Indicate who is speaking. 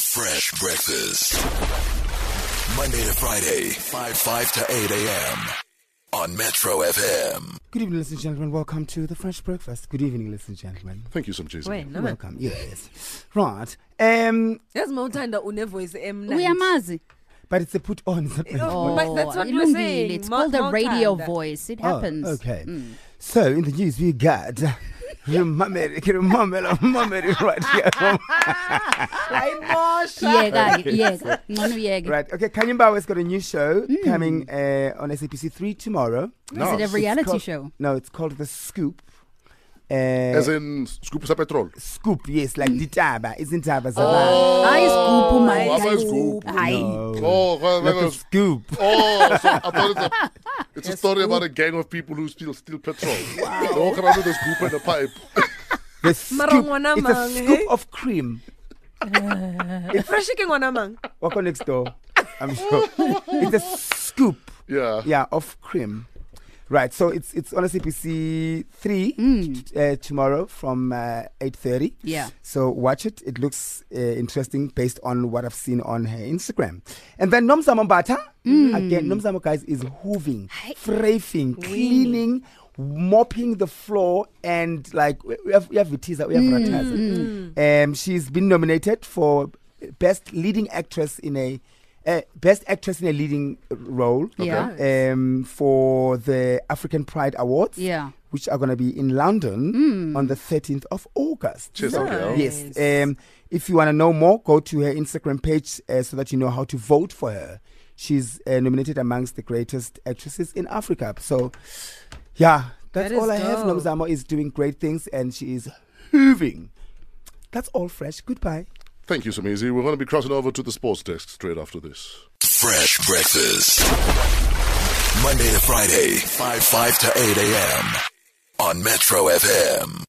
Speaker 1: Fresh breakfast. Monday to Friday, 5 5 to 8 a.m. on Metro FM.
Speaker 2: Good evening, ladies and gentlemen. Welcome to the Fresh Breakfast. Good evening, ladies and gentlemen.
Speaker 3: Thank you, Sam Jason.
Speaker 4: wena man.
Speaker 2: Welcome. Yes. Right. Um,
Speaker 4: yazi uma uthanda unevoyisi emnandi
Speaker 5: uyamazi
Speaker 2: but it's a put on. It's not been
Speaker 4: Oh,
Speaker 2: put on.
Speaker 4: but that's what we're saying.
Speaker 5: ilungile it's
Speaker 4: Ma-
Speaker 5: called a
Speaker 4: ma-
Speaker 5: radio
Speaker 4: uthanda.
Speaker 5: voice it
Speaker 2: Oh,
Speaker 5: happens Mm.
Speaker 2: okay. So in the news we got Mameri, Mamela, Mameri right here.
Speaker 4: ayimosha
Speaker 5: yeka yeka ngcono uyeke
Speaker 2: Right. Okay, Kanyimba has got a new show coming uh, on SAPC three tomorrow.
Speaker 5: Hmm. is it a
Speaker 3: Nice.
Speaker 5: reality
Speaker 2: called-
Speaker 5: show
Speaker 2: No, it's called the Scoop. Uh,
Speaker 3: As in Scoop Sa Petrol.
Speaker 2: Scoop, yes,
Speaker 5: Hmm.
Speaker 2: like Ditaba. Isn't Taba
Speaker 5: hayi sigubu
Speaker 3: Oh, hayi
Speaker 5: manje
Speaker 3: sigubu.
Speaker 5: hayi
Speaker 3: Oh, well, well,
Speaker 2: Not the
Speaker 3: well.
Speaker 2: scoop.
Speaker 3: oh so I thought it's a, it's a story about a gang of people who steal, steal petrol. They walk around with a scoop and a pipe.
Speaker 2: The scoop.
Speaker 4: Mara ngwana
Speaker 2: It's a
Speaker 4: mang,
Speaker 2: scoop
Speaker 4: hey?
Speaker 2: of cream.
Speaker 4: fresh ke ngwana mang
Speaker 2: Walk on next door. I'm sure. it's a scoop.
Speaker 3: Yeah.
Speaker 2: Yeah, of cream. Right. So it's it's on a CPC three t- uh, tomorrow from uh, eight thirty.
Speaker 5: Yeah.
Speaker 2: So watch it. It looks uh, interesting based on what I've seen on her Instagram. And then Nomsa Mombata again. Nomsa guys is hooving, frafing, cleaning. Mopping the floor and like we we have we have Vitiza, we have Rataza. Um, she's been nominated for best leading actress in a uh, best actress in a leading role
Speaker 5: Yeah.
Speaker 2: um, for the African Pride Awards,
Speaker 5: yeah
Speaker 2: which are going to be in
Speaker 4: Mm.
Speaker 2: London on the 13th of August.
Speaker 3: Cheers,
Speaker 2: So-
Speaker 3: Abigail.
Speaker 2: Yes. Um, if you want to know more, go to her Instagram page uh, so that you know how to vote for her. She's uh, nominated amongst the greatest actresses in Africa. So, yeah, that's
Speaker 4: That is
Speaker 2: all I have.
Speaker 4: dope.
Speaker 2: Nomzamo is doing great things and she is hooving. That's all fresh. Goodbye.
Speaker 3: Thank you, Samizi. We're going to be crossing over to the sports desk straight after this.
Speaker 1: Fresh breakfast. Monday to Friday, 5 5 to 8 a.m. on Metro FM.